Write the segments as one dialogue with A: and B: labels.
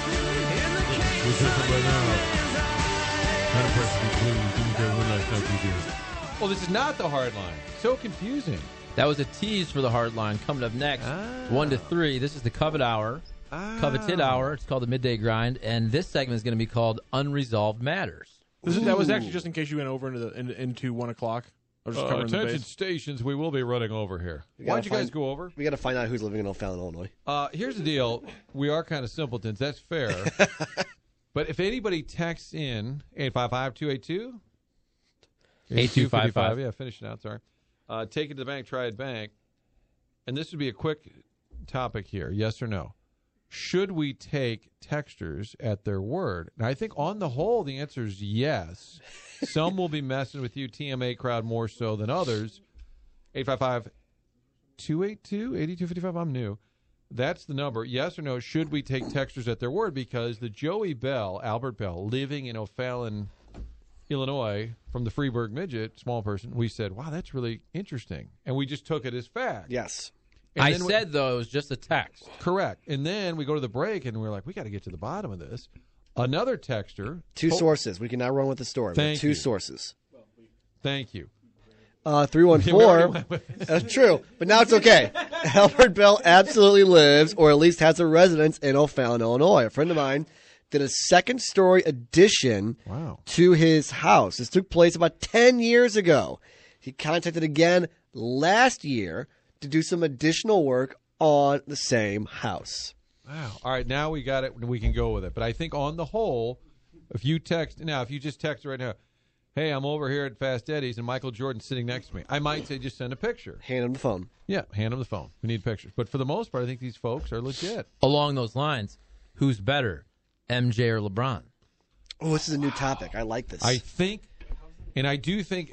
A: We'll take it right now. Kind of person between you can go one night, no big deal.
B: Well, this is not the hard line. So confusing.
C: That was a tease for the hard line. Coming up next,
A: Ah.
C: one to three. This is the covet hour, coveted hour. It's called the midday grind, and this segment is going to be called unresolved matters.
D: This is, that was actually just in case you went over into the, in, into one o'clock. I was just
A: Uh,
D: covering the
A: attention
D: base.
A: stations, we will be running over here.
E: gotta
A: Why would you guys
E: find-
A: go over?
E: We got to find out who's living in O'Fallon, Illinois.
A: Uh, here's the deal. We are kind of simpletons. That's fair. but if anybody texts in 855-282...
C: 8255.
A: Yeah, finish it out. Sorry. Uh, take it to the bank, try it bank. And this would be a quick topic here, yes or no. Should we take textures at their word? And I think on the whole, the answer is yes. Some will be messing with you, TMA crowd, more so than others. 855 282 8255. I'm new. That's the number. Yes or no? Should we take textures at their word? Because the Joey Bell, Albert Bell, living in O'Fallon, Illinois, from the Freeburg Midget, small person, we said, wow, that's really interesting. And we just took it as fact.
E: Yes.
A: And
C: I
A: then we-
C: said though it was just a text.
A: Correct. And then we go to the break and we're like, we got to get to the bottom of this. Another texter.
E: Two
A: Oh,
E: sources. We can now run with the story. We have
A: Thank
E: two
A: you.
E: sources.
A: Thank you.
E: Uh,
A: We already
E: 314.
A: went with-
E: That's Uh, true, but now it's okay. Albert Bell absolutely lives, or at least has a residence in O'Fallon, Illinois. A friend of mine did a second story addition
A: Wow.
E: to his house. This took place about 10 years ago. He contacted again last year to do some additional work on the same house.
A: Wow. All right, now we got it. We can go with it. But I think on the whole, if you text now, if you just text right now, hey, I'm over here at Fast Eddie's and Michael Jordan's sitting next to me, I might say just send a picture.
E: Hand him the phone.
A: Yeah, hand him the phone. We need pictures. But for the most part, I think these folks are legit.
C: Along those lines, who's better, MJ or LeBron?
E: Oh, this is a new topic. I like this.
A: I think, and I do think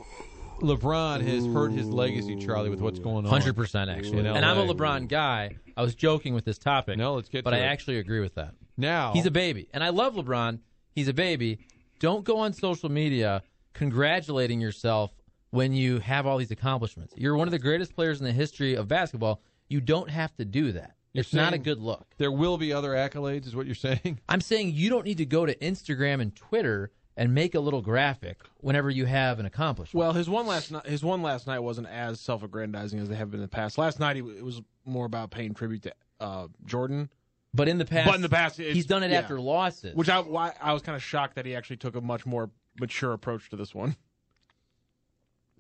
A: LeBron has hurt his legacy, Charlie, with what's going on.
C: Hundred percent, actually.
A: In
C: And I'm
A: LA.
C: a LeBron guy. I was joking with this topic.
A: No, let's get
C: But
A: to
C: I
A: it.
C: actually agree with that.
A: Now
C: He's a baby, and I love LeBron. He's a baby. Don't go on social media congratulating yourself when you have all these accomplishments. You're one of the greatest players in the history of basketball. You don't have to do that.
A: You're
C: it's not a
A: saying-
C: good look.
A: There will be other accolades, is what you're saying?
C: I'm saying you don't need to go to Instagram and Twitter and make a little graphic whenever you have an accomplishment.
D: Well, his one last night, his one last night wasn't as self-aggrandizing as they have been in the past. Last night, he, it was more about paying tribute to uh, Jordan,
C: but in the past,
D: but in the past, it's-
C: he's done it
D: yeah.
C: after losses.
D: which I why, I was kind of shocked that he actually took a much more mature approach to this one.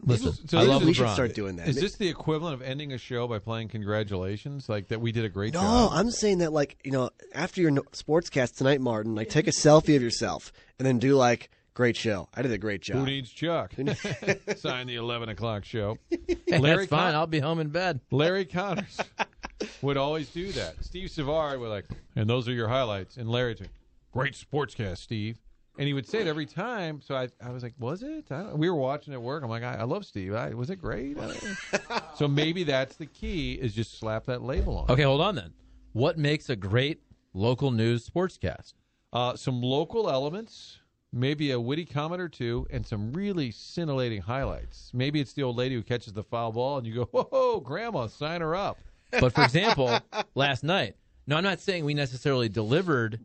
C: listen,
A: This is- so
C: I
A: this
C: love
A: is-
E: we should
C: LeBron.
E: start doing that.
A: Is this the equivalent of ending a show by playing congratulations? Like that we did a great
E: No,
A: job.
E: I'm saying that like you know after your no- sportscast tonight, Martin, like take a selfie of yourself and then do like great show. I did a great
A: Who
E: job.
A: needs Chuck? Sign the 11 o'clock show.
C: That's
A: Larry,
C: fine.
A: Con-
C: I'll be home in bed.
A: Larry Connors would always do that. Steve Savard would like, and those are your highlights. And Larry, would, great sportscast, Steve. And he would say it every time. So I, I was like, was it? I don't, we were watching at work. I'm like, I, I love Steve. I, was it great? I don't know. so maybe that's the key is just slap that label on. it.
C: Okay, hold on then. What makes a great local news sportscast?
A: uh, some local elements, maybe a witty comment or two, and some really scintillating highlights. Maybe it's the old lady who catches the foul ball, and you go, "Whoa, grandma, sign her up."
C: But for example, last night. No, I'm not saying we necessarily delivered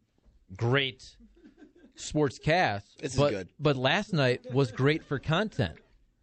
C: great sports casts.
E: This is
C: but,
E: good.
C: But last night was great for content.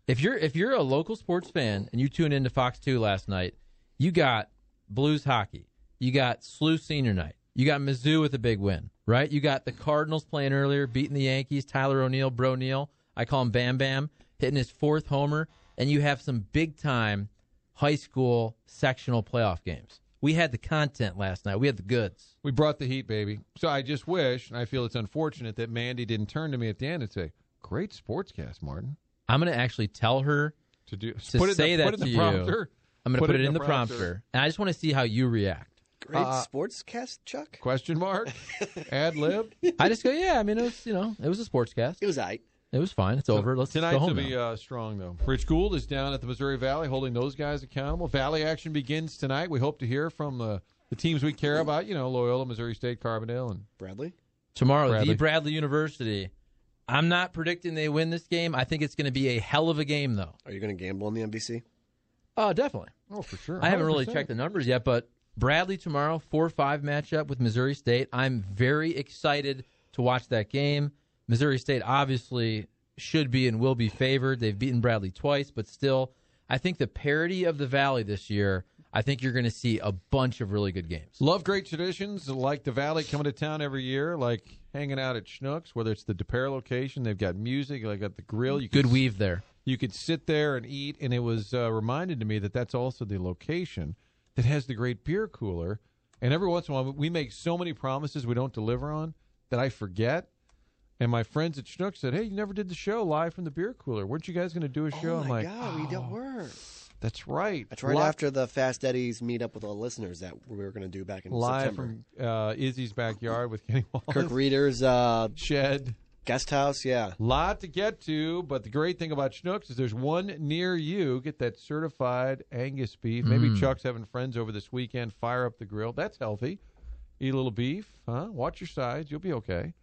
C: If you're if you're a local sports fan and you tuned into Fox Two last night, you got Blues hockey. You got SLU senior night. You got Mizzou with a big win, right? You got the Cardinals playing earlier, beating the Yankees. Tyler O'Neill, Bro Neal, I call him Bam Bam, hitting his fourth homer. and you have some big time high school sectional playoff games. We had the content last night. We had the goods.
A: We brought the heat, baby. So I just wish, and I feel it's unfortunate that Mandy didn't turn to me at the end and say, "Great sportscast, Martin."
C: I'm going to actually tell her
A: To do
C: to
A: put it in
C: say
A: the,
C: that
A: put it in
C: to
A: the
C: you.
A: prompter.
C: I'm going to put, it in the prompter. and I just want to see how you react.
E: Great sportscast, Chuck.
A: Question mark? Ad lib.
C: I just go, yeah. I mean, it was you know, it was a sports cast.
E: It was I.
C: It was fine. It's over. Let's
A: Tonight's
C: go home.
A: will be
C: now.
A: uh, strong, though. Rich Gould is down at the Missouri Valley holding those guys accountable. Valley action begins tonight. We hope to hear from the, the teams we care about, you know, Loyola, Missouri State, Carbondale, and
E: Bradley.
C: Tomorrow,
A: Bradley.
C: the Bradley University. I'm not predicting they win this game. I think it's going to be a hell of a game, though.
E: Are you going to gamble on the NBC?
C: Oh, definitely.
A: oh, for sure.
C: I haven't really
A: 100%.
C: checked the numbers yet, but Bradley tomorrow, 4 5 matchup with Missouri State. I'm very excited to watch that game. Missouri State obviously should be and will be favored. They've beaten Bradley twice, but still, I think the parity of the Valley this year, I think you're going to see a bunch of really good games.
A: Love great traditions like the Valley coming to town every year, like hanging out at Schnucks, whether it's the DePere location. They've got music, they got the grill. You
C: Good
A: could-
C: weave there.
A: you could sit there and eat and it was uh, reminded to me that that's also the location that has the great beer cooler and every once in a while we make so many promises we don't deliver on that i forget and my friends at schnook said hey you never did the show live from the beer cooler weren't you guys going to do a show
E: oh
A: i'm
E: my
A: like "Ah,
E: God, we don't work.
A: that's right
E: That's right
A: Li-
E: after the Fast Eddie's meetup with all the listeners that we were going to do back in
A: live
E: September.
A: from uh, izzy's backyard with kenny wallace
E: Kirk Reader's uh,
A: shed
E: guest house. Yeah.
A: Lot to get to, but the great thing about Schnucks is there's one near you. Get that certified Angus beef. Maybe
C: Mm.
A: Chuck's having friends over this weekend. Fire up the grill. That's healthy. Eat a little beef, huh? Watch your sides. You'll be okay.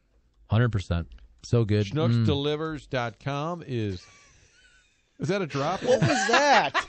C: 100%. So good. Mm.
A: Schnucksdelivers.com is. Is that a drop?
E: What was that?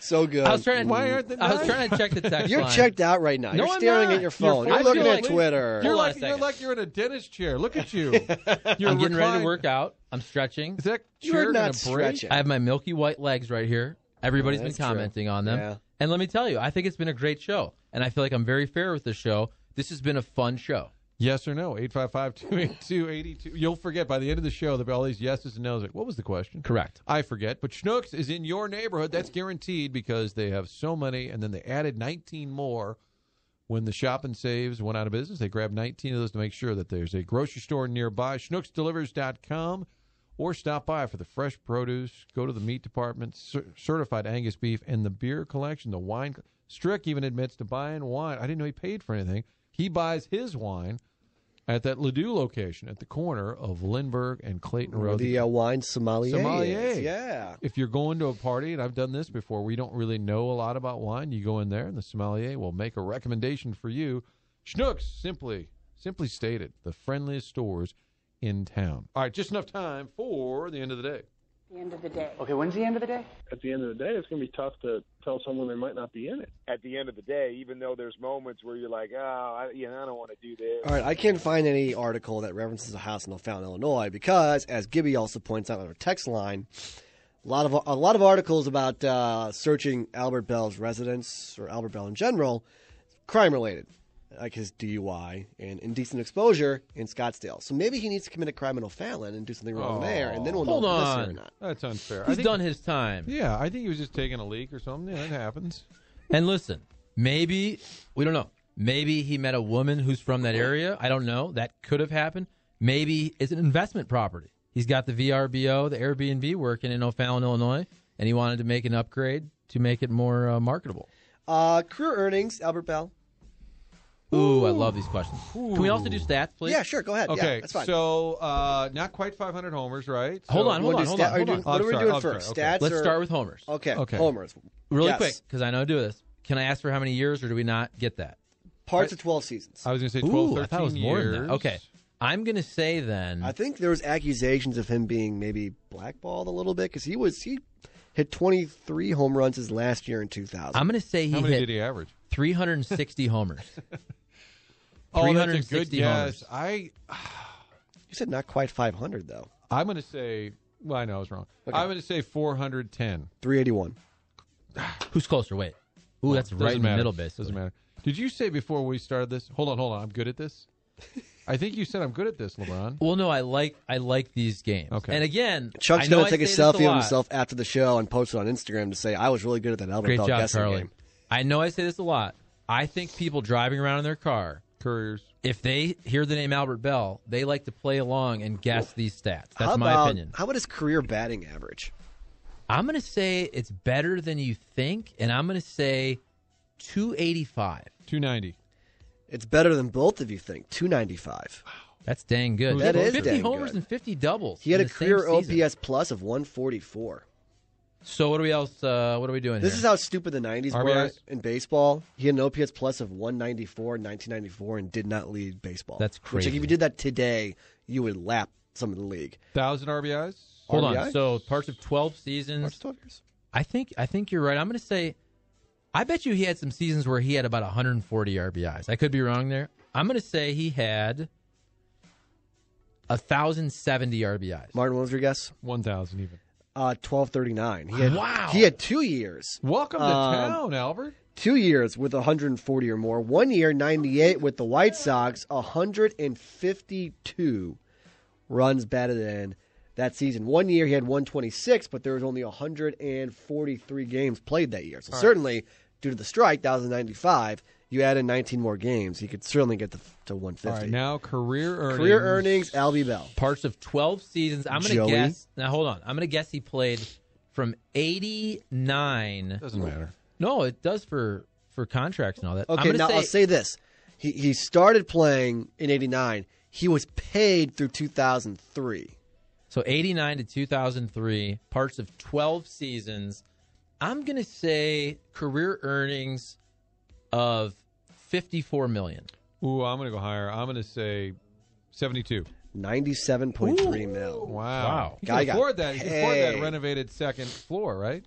E: so good.
C: I was trying to,
A: Why aren't they
C: I was
A: nice?
C: trying to check the text
E: You're
C: line.
E: checked out right now.
C: No,
E: you're
C: I'm
E: staring
C: not.
E: at
C: You're
E: your phone. You're,
C: fine.
E: looking
C: I
E: at
C: feel like-
E: Twitter.
A: You're
C: Hold on a
A: like, you're
C: second.
A: like you're in a dentist chair. Look at you. You're
C: I'm getting ready
A: reclined.
C: to work out. I'm stretching.
A: Is that
E: You're
A: chair
E: not
A: gonna break?
E: stretching.
C: I have my milky white legs right here. Everybody's
E: Oh,
C: been
E: that's true.
C: commenting on them.
E: Yeah.
C: And let me tell you, I think it's been a great show. And I feel like I'm very fair with this show. This has been a fun show.
A: Yes or no? 855 282 82. You'll forget by the end of the show, there'll be all these yeses and nos. Like, what was the question?
C: Correct.
A: I forget, but Schnucks is in your neighborhood. That's guaranteed because they have so many, and then they added 19 more when the Shop and Saves went out of business. They grabbed 19 of those to make sure that there's a grocery store nearby. SchnucksDelivers.com or stop by for the fresh produce. Go to the meat department, cer- certified Angus beef, and the beer collection, the wine. Strick even admits to buying wine. I didn't know he paid for anything. He buys his wine at that Ledoux location at the corner of Lindbergh and Clayton
E: Or
A: Road.
E: the uh, wine sommelier.
A: Sommelier.
E: Yeah.
A: if you're going to a party, and I've done this before, we don't really know a lot about wine. You go in there, and the sommelier will make a recommendation for you. Schnucks, simply, simply stated, the friendliest stores in town. All right, just enough time for the end of the day.
F: end of the day.
G: Okay, when's the end of the day?
B: At the end of the day, it's going to be tough to tell someone they might not be in it.
F: At the end of the day, even though there's moments where you're like, oh, I, you know, I don't want to do this.
E: All right, I can't find any article that references a house not found in Illinois because, as Gibby also points out on our text line, a lot of a lot of articles about uh, searching Albert Bell's residence or Albert Bell in general, crime related, like his DUI and indecent exposure in Scottsdale. So maybe he needs to commit a crime in O'Fallon and do something wrong there, and then we'll know
C: Hold
E: if it's this
C: on.
E: or not.
A: That's unfair. I
C: He's
A: think-
C: done his time.
A: Yeah, I think he was just taking a leak or something. Yeah, that happens.
C: And listen, maybe, we don't know. Maybe he met a woman who's from that area. I don't know. That could have happened. Maybe it's an investment property. He's got the VRBO, the Airbnb working in O'Fallon, Illinois, and he wanted to make an upgrade to make it more uh, marketable.
E: Uh, career earnings, Albert Bell.
C: Ooh, I love these questions. Can we also do stats, please?
E: Yeah, sure, go ahead.
A: Okay,
E: yeah, that's fine.
A: so uh, not quite 500 homers, right?
C: Hold
A: So-
C: on,
E: You
C: hold
E: wanna
C: on,
E: do
C: hold
E: sta-
C: on,
E: are you
C: hold
E: doing-
C: on.
E: What are we
A: I'm
E: doing
A: sorry, I'm
E: first?
A: sorry, okay.
E: Stats.
C: Let's
E: or-
C: start with homers.
E: Okay,
A: Okay.
E: homers.
C: Really
E: Yes.
C: quick, because I know I do this. Can I ask for how many years, or do we not get that?
E: Parts of twelve seasons.
A: I was going to say 12,
C: Ooh, I thought it was
A: 13
C: more than
A: years.
C: that. Okay, I'm gonna say then.
E: I think there was accusations of him being maybe blackballed a little bit because he was he hit 23 home runs his last year in 2000.
C: I'm gonna say he
A: How many
C: hit
A: did he average?
C: 360 homers.
A: Oh, that's a good
C: 360 homers.
A: guess. I
E: you said not quite 500 though,
A: I'm going to say. Well, I know I was wrong. I'm going to say 410.
E: 381.
C: Who's closer? Wait. Ooh, that's
A: Doesn't
C: right in the
A: matter.
C: middle, basically.
A: Doesn't matter. Did you say before we started this? Hold on, hold on. I'm good at this. I think you said I'm good at this, LeBron.
C: Well, no, I like I like these games.
A: Okay.
C: And again,
E: Chuck's
C: I know
E: going
C: I
E: to take a
C: say this
E: selfie of
C: lot.
E: himself after the show and post it on Instagram to say, I was really good at that Albert
C: Great
E: Bell
C: job,
E: guessing
C: Carly.
E: game.
C: I know I say this a lot. I think people driving around in their car,
A: Couriers.
C: if they hear the name Albert Bell, they like to play along and guess these stats. That's
E: how
C: my
E: about,
C: opinion.
E: How about his career batting average?
C: I'm going to say it's better than you think, and I'm going to say 285.
A: 290.
E: It's better than both of you think. 295.
C: That's dang good.
E: That is
C: 50
E: dang
C: homers
E: good.
C: and 50 doubles.
E: He had
C: in
E: a
C: the same
E: career
C: season.
E: OPS plus of 144.
C: So what are we else? Uh, what are we doing
E: This
C: here?
E: is how stupid the 90s were
A: RBIs?
E: in baseball. He had an OPS plus of 194 in 1994 and did not lead baseball.
C: That's
E: Which, like,
C: crazy.
E: if you did that today, you would lap some of the league.
A: 1,000 RBIs?
C: Hold on.
E: RBI?
C: So parts of 12 seasons. I think I think you're right. I'm going to say, I bet you he had some seasons where he had about 140 RBIs. I could be wrong there. I'm going to say he had 1,070 RBIs.
E: Martin, what was your guess?
A: 1,000 even.
E: Uh, 1239. He had,
C: Wow.
E: He had two years.
A: Welcome to
E: Um,
A: town, Albert.
E: Two years with 140 or more. One year, 98 with the White Sox, 152 runs batted in that season. One year, he had 126, but there was only 143 games played that year. So, certainly, due to the strike, 1,095, you add in 19 more games, he could certainly get the, to
A: All right,
E: 150.
A: now career earnings.
E: Career earnings, Albie Bell.
C: Parts of 12 seasons. I'm going to
E: Joey.
C: guess. Now hold on. I'm going to guess he played from 89.
A: Doesn't matter.
C: No, it does for for contracts and all that. I'm
E: Okay,
C: gonna
E: now
C: say,
E: I'll say this. He, he started playing in 89. He was paid through 2003.
C: So 89 to 2003, parts of 12 seasons. I'm going to say career earnings of 54 million.
A: Ooh, I'm going to go higher. I'm going to say 72.
E: 97.3 mil.
A: Wow.
C: Wow.
A: You
E: Guy
A: can
E: got
A: afford that. You can afford that
E: paid.
A: renovated second floor, right?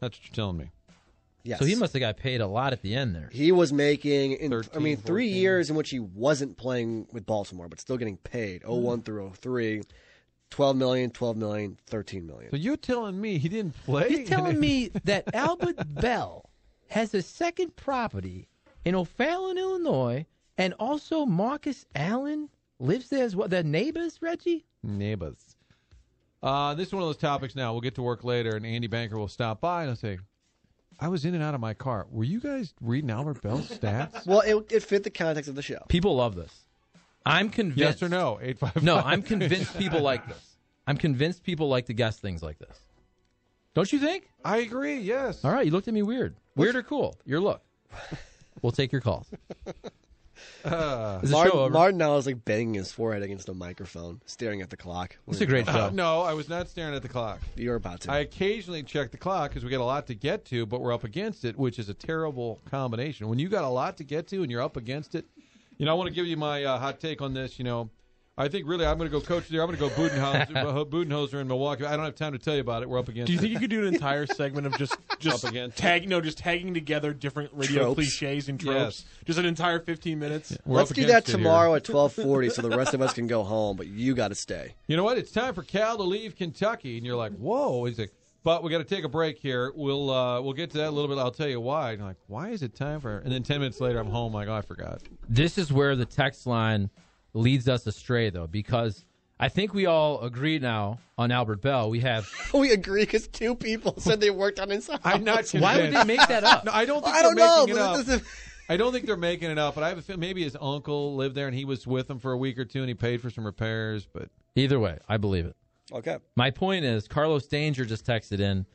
A: That's what you're telling me.
E: Yes.
C: So he must have got paid a lot at the end there.
E: He was making, in, I
A: 13,
E: mean, three
A: 14.
E: years in which he wasn't playing with Baltimore, but still getting paid.
A: Hmm.
E: 01 through 03, 12 million, 12 million, 13 million.
A: So you're telling me he didn't play?
C: He's telling me that Albert Bell has a second property in O'Fallon, Illinois, and also Marcus Allen lives there as well. Their neighbors, Reggie?
A: neighbors. Uh, this is one of those topics now. We'll get to work later, and Andy Banker will stop by and I'll say, I was in and out of my car. Were you guys reading Albert Bell's stats?
E: Well, it, it fit the context of the show.
C: People love this. I'm convinced.
A: yes or no? 855.
C: No, I'm convinced people like this. I'm convinced people like to guess things like this. Don't you think?
A: I agree, yes.
C: All right, you looked at me weird. Weird or cool? Your look. We'll take your calls.
A: Uh,
C: Is the show over?
E: Martin, Martin now is like banging his forehead against a microphone, staring at the clock.
C: it's a great show.
A: Uh, No, I was not staring at the clock.
E: You're about to.
A: I occasionally check the clock because we got a lot to get to, but we're up against it, which is a terrible combination. When you got a lot to get to and you're up against it, you know, I want to give you my uh, hot take on this. You know, I think really I'm going to go coach there. I'm going to go Budenholzer, Budenholzer in Milwaukee. I don't have time to tell you about it. We're up against
D: Do you
A: it.
D: think you could do an entire segment of just just
A: Up against.
D: tag no just tagging together different radio
E: Tropes.
D: cliches and tropes? Just an entire 15 minutes.
A: We're
E: Let's
A: up
E: do that
A: against it here.
E: tomorrow at 1240 so the rest of us can go home, but you got to stay.
A: You know what? It's time for Cal to leave Kentucky, and you're like, "Whoa!" Is it? But we got to take a break here. We'll uh, we'll get to that a little bit. I'll tell you why. And you're like, why is it time for? And then ten minutes later, I'm home. Like, oh, I forgot.
C: This is where the text line leads us astray, though, because I think we all agree now on Albert Bell. We have.
E: We agree because two people said they worked on his house.
A: I'm not.
C: Why would they
A: convinced.
C: make that up?
A: No, I don't think
E: I
A: they're
E: don't know.
A: making
E: but
A: it
E: this
A: up.
E: is-
A: I don't think they're making it up. But I have a feeling maybe his uncle lived there, and he was with him for a week or two, and he paid for some repairs. But
C: Either way, I believe it.
E: Okay.
C: My point is, Carlos Danger just texted in.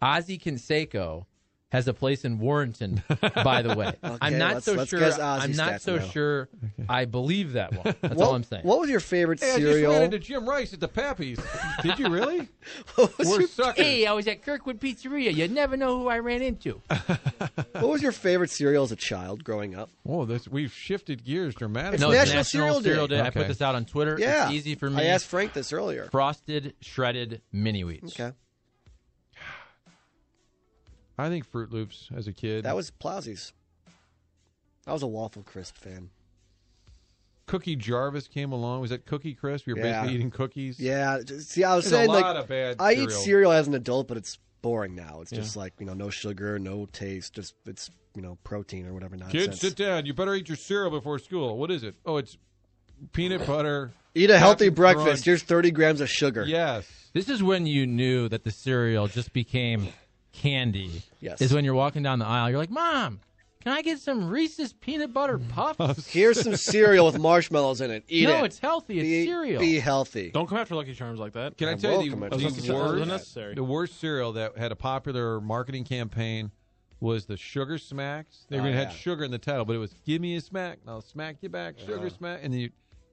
C: Ozzy Canseco has a place in Warrenton, by the way. I'm not
E: let's-
C: so
E: let's
C: sure.
E: guess Ozzy
C: I'm not
E: stats
C: so
E: now.
C: sure. I believe that one. That's
E: what,
C: all I'm saying.
E: What was your favorite
A: hey, I just
E: cereal?
A: ran into Jim Rice at the Pappies. Did you really?
E: What was,
A: We're
E: your,
A: suckers.
C: I was at Kirkwood Pizzeria. You never know who I ran into.
E: what was your favorite cereal as a child growing up?
A: Whoa, this we've shifted gears dramatically.
C: No,
E: National
C: it's National Cereal,
E: Cereal Day.
C: Day. I
A: Okay.
C: put this out on Twitter.
E: Yeah.
C: It's easy for me.
E: I asked Frank this earlier.
C: Frosted shredded mini wheats.
E: Okay.
A: I think Fruit Loops as a kid.
E: That was Plowsies. I was a Waffle Crisp fan.
A: Cookie Jarvis came along. Was that Cookie Crisp? You're
E: Yeah.
A: basically eating cookies.
E: Yeah. j- See, I was
A: There's a
E: saying,
A: lot
E: like,
A: of bad
E: I eat
A: cereal.
E: cereal as an adult, but it's boring now. It's just like, you know, no sugar, no taste, just, it's, you know, protein or whatever nonsense.
A: Kids, sit down. You better eat your cereal before school. What is it? Oh, it's peanut butter.
E: Eat a healthy
A: Captain
E: breakfast.
A: Crunch.
E: Here's 30 grams of sugar.
A: Yes.
C: This is when you knew that the cereal just became candy.
E: Yes.
C: Is when you're walking down the aisle, you're like, Mom, can I get some Reese's peanut butter puffs?
E: Here's some cereal with marshmallows in it. Eat it.
C: no, it's healthy. It's
E: be,
C: cereal.
E: Be healthy.
D: Don't come after Lucky Charms like that.
A: Can I
E: I'm
A: tell you
E: welcome. I
A: the,
E: was
D: just
A: the
D: gonna say,
A: worst,
D: unnecessary.
A: the worst cereal that had a popular marketing campaign was the Sugar Smacks. They
E: Oh,
A: even had
E: yeah.
A: sugar in the title, but it was "Give me a smack, and I'll smack you back." Sugar smack, and you,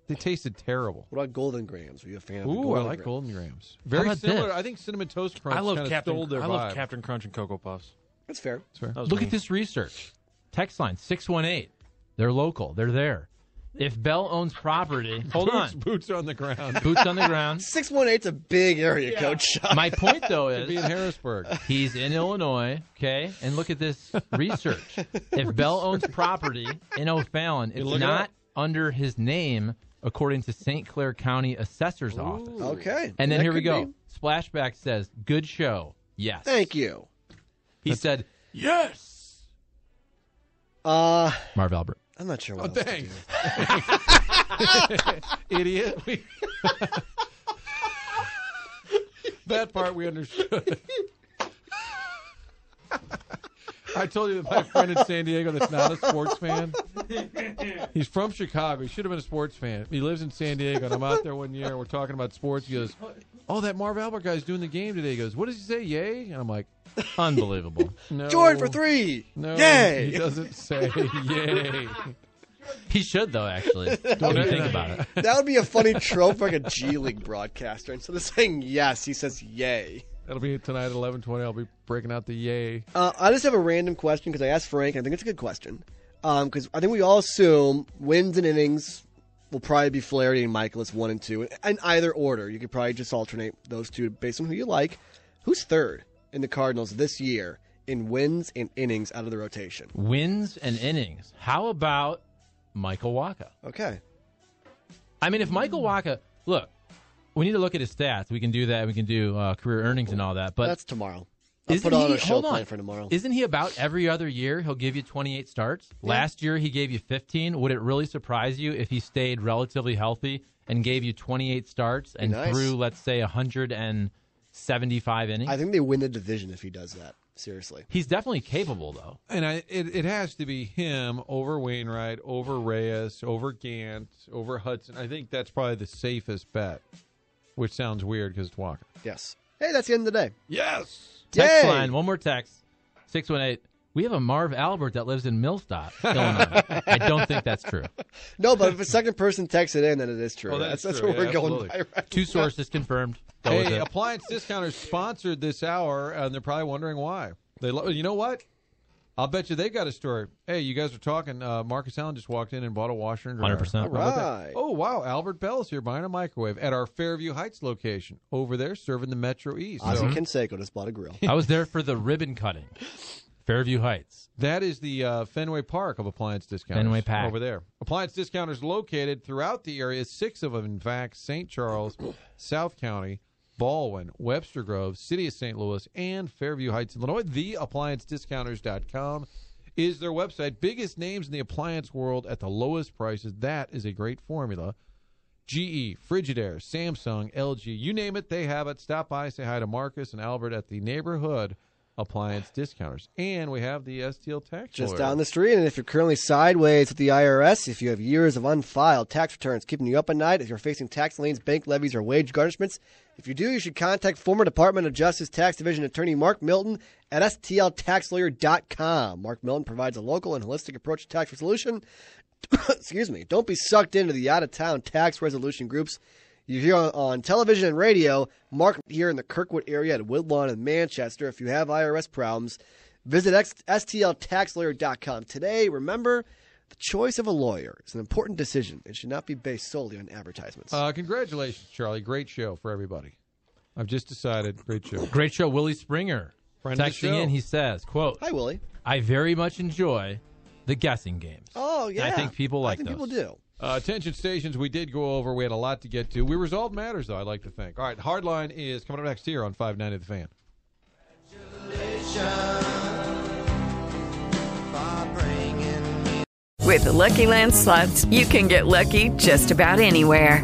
A: they tasted terrible.
E: What about golden grams? Are you a fan of the
A: Ooh,
E: golden
A: I like
E: grams?
A: Golden Grams. Very
C: about
A: similar.
C: this?
A: I think Cinnamon Toast Crunch
D: I love
A: kinda stole
D: Captain.
A: their
D: I
A: vibe.
D: love Captain Crunch and Cocoa Puffs.
E: That's fair.
D: That was
C: Look
D: me.
C: at this research. Text line 618. They're local. They're there. If Bell owns property, hold
A: boots,
C: on.
A: boots on the ground.
C: Boots on the ground.
E: 618's a big area code, Chuck.
C: My point though
A: Be in
C: is
A: Harrisburg.
C: he's in Illinois, okay? And look at this research. If Bell owns property in O'Fallon, it's
A: look it
C: not
A: up?
C: under his name according to St. Clair County Assessor's Office.
E: Okay.
C: And then
E: That
C: here we
E: could
C: go.
E: be.
C: Splashback says, "Good show." Yes.
E: Thank you.
C: He said, "Yes."
E: Uh,
C: Marv Albert.
E: I'm not sure what
A: Oh,
E: else to
A: thanks,
E: do.
A: idiot. We- that part we understood. I told you that my friend in San Diego that's not a sports fan. He's from Chicago. He should have been a sports fan. He lives in San Diego, and I'm out there one year, and we're talking about sports. He goes, "Oh, that Marv Albert guy's doing the game today." He goes, "What does he say? Yay!" And I'm like,
C: Unbelievable.
A: "No,
E: Jordan for three.
A: No,
E: Yay.
A: he doesn't say yay.
C: he should though, actually. Don't
A: do
C: think
A: that.
C: about it.
E: That would be a funny trope for like a G League broadcaster. Instead of saying yes, he says yay.
A: That'll be tonight at 11:20. I'll be breaking out the yay.
E: Uh, I just have a random question because I asked Frank. And I think it's a good question because I think we all assume wins and innings will probably be Flaherty and Michaelis one and two in either order. You could probably just alternate those two based on who you like. Who's third in the Cardinals this year in wins and innings out of the rotation?
C: Wins and innings. How about Michael Waka?
E: Okay,
C: I mean, if Michael Waka, look, we need to look at his stats. We can do that. We can do uh, career earnings and all that. But
E: that's tomorrow. I'll
C: isn't
E: put on
C: he,
E: a show
C: hold on,
E: plan for tomorrow.
C: Isn't he about every other year? He'll give you 28 starts. Last year he gave you 15. Would it really surprise you if he stayed relatively healthy and gave you 28 starts and
E: nice.
C: threw, let's say, 175 innings?
E: I think they win the division if he does that. Seriously,
C: He's definitely capable, though.
A: And I, it, it has to be him over Wainwright, over Reyes, over Gant, over Hudson. I think that's probably the safest bet, which sounds weird because it's Walker.
E: yes. Hey, that's the end of the day.
A: Yes.
C: Text
E: Yay!
C: line, one more text, 618. We have a Marv Albert that lives in Millstop, Illinois. I don't think that's true.
E: No, but if a second person texts it in, then it is true.
A: Oh, that
E: that's
A: is
E: that's
A: true.
E: what we're
A: Yeah,
E: going by.
A: absolutely.
E: Right?
C: Two sources confirmed. Go with
A: Hey,
C: it.
A: appliance discounters sponsored this hour, and they're probably wondering why. They, lo- you know what? I'll bet you they got a story. Hey, you guys are talking. Uh, Marcus Allen just walked in and bought a washer and dryer.
C: 100%.
E: All right.
A: Oh wow, Albert Bell's here buying a microwave at our Fairview Heights location over there, serving the Metro East. So-
E: Ozzy Canseco just bought a grill.
C: I was there for the ribbon cutting, Fairview Heights.
A: That is the uh, Fenway Park of appliance discounters.
C: Fenway Pack.
A: Over there. Appliance discounters located throughout the area, six of them, in fact St. Charles, South County, Baldwin, Webster Grove, City of St. Louis, and Fairview Heights, Illinois. TheApplianceDiscounters.com is their website. Biggest names in the appliance world at the lowest prices. That is a great formula. GE, Frigidaire, Samsung, LG, you name it, they have it. Stop by, say hi to Marcus and Albert at the neighborhood appliance discounters. And we have the STL tax
E: Just
A: lawyer.
E: down the street, and if you're currently sideways with the IRS, if you have years of unfiled tax returns keeping you up at night, if you're facing tax liens, bank levies, or wage garnishments, if you do, you should contact former Department of Justice Tax Division Attorney Mark Milton at STLTaxLawyer.com. Mark Milton provides a local and holistic approach to tax resolution. Excuse me. Don't be sucked into the out of town tax resolution groups you hear on, on television and radio. Mark here in the Kirkwood area at Woodlawn and Manchester. If you have IRS problems, visit X- STLTaxLawyer.com today. Remember, the choice of a lawyer is an important decision and should not be based solely on advertisements.
A: Uh, congratulations, Charlie. Great show for everybody. I've just decided. Great show.
C: Great show, Willie Springer.
A: Friend of the show.
C: texting in, he says, "quote
E: Hi, Willie.
C: I very much enjoy the guessing games.
E: Oh,
C: And
E: yeah.
C: I think people like
E: I think
C: those.
E: people do.
A: Uh, attention stations, we did go over. We had a lot to get to. We resolved matters, though, I'd like to think. All right, Hardline is coming up next here on 590 The Fan.
H: With the Lucky Land slots, you can get lucky just about anywhere.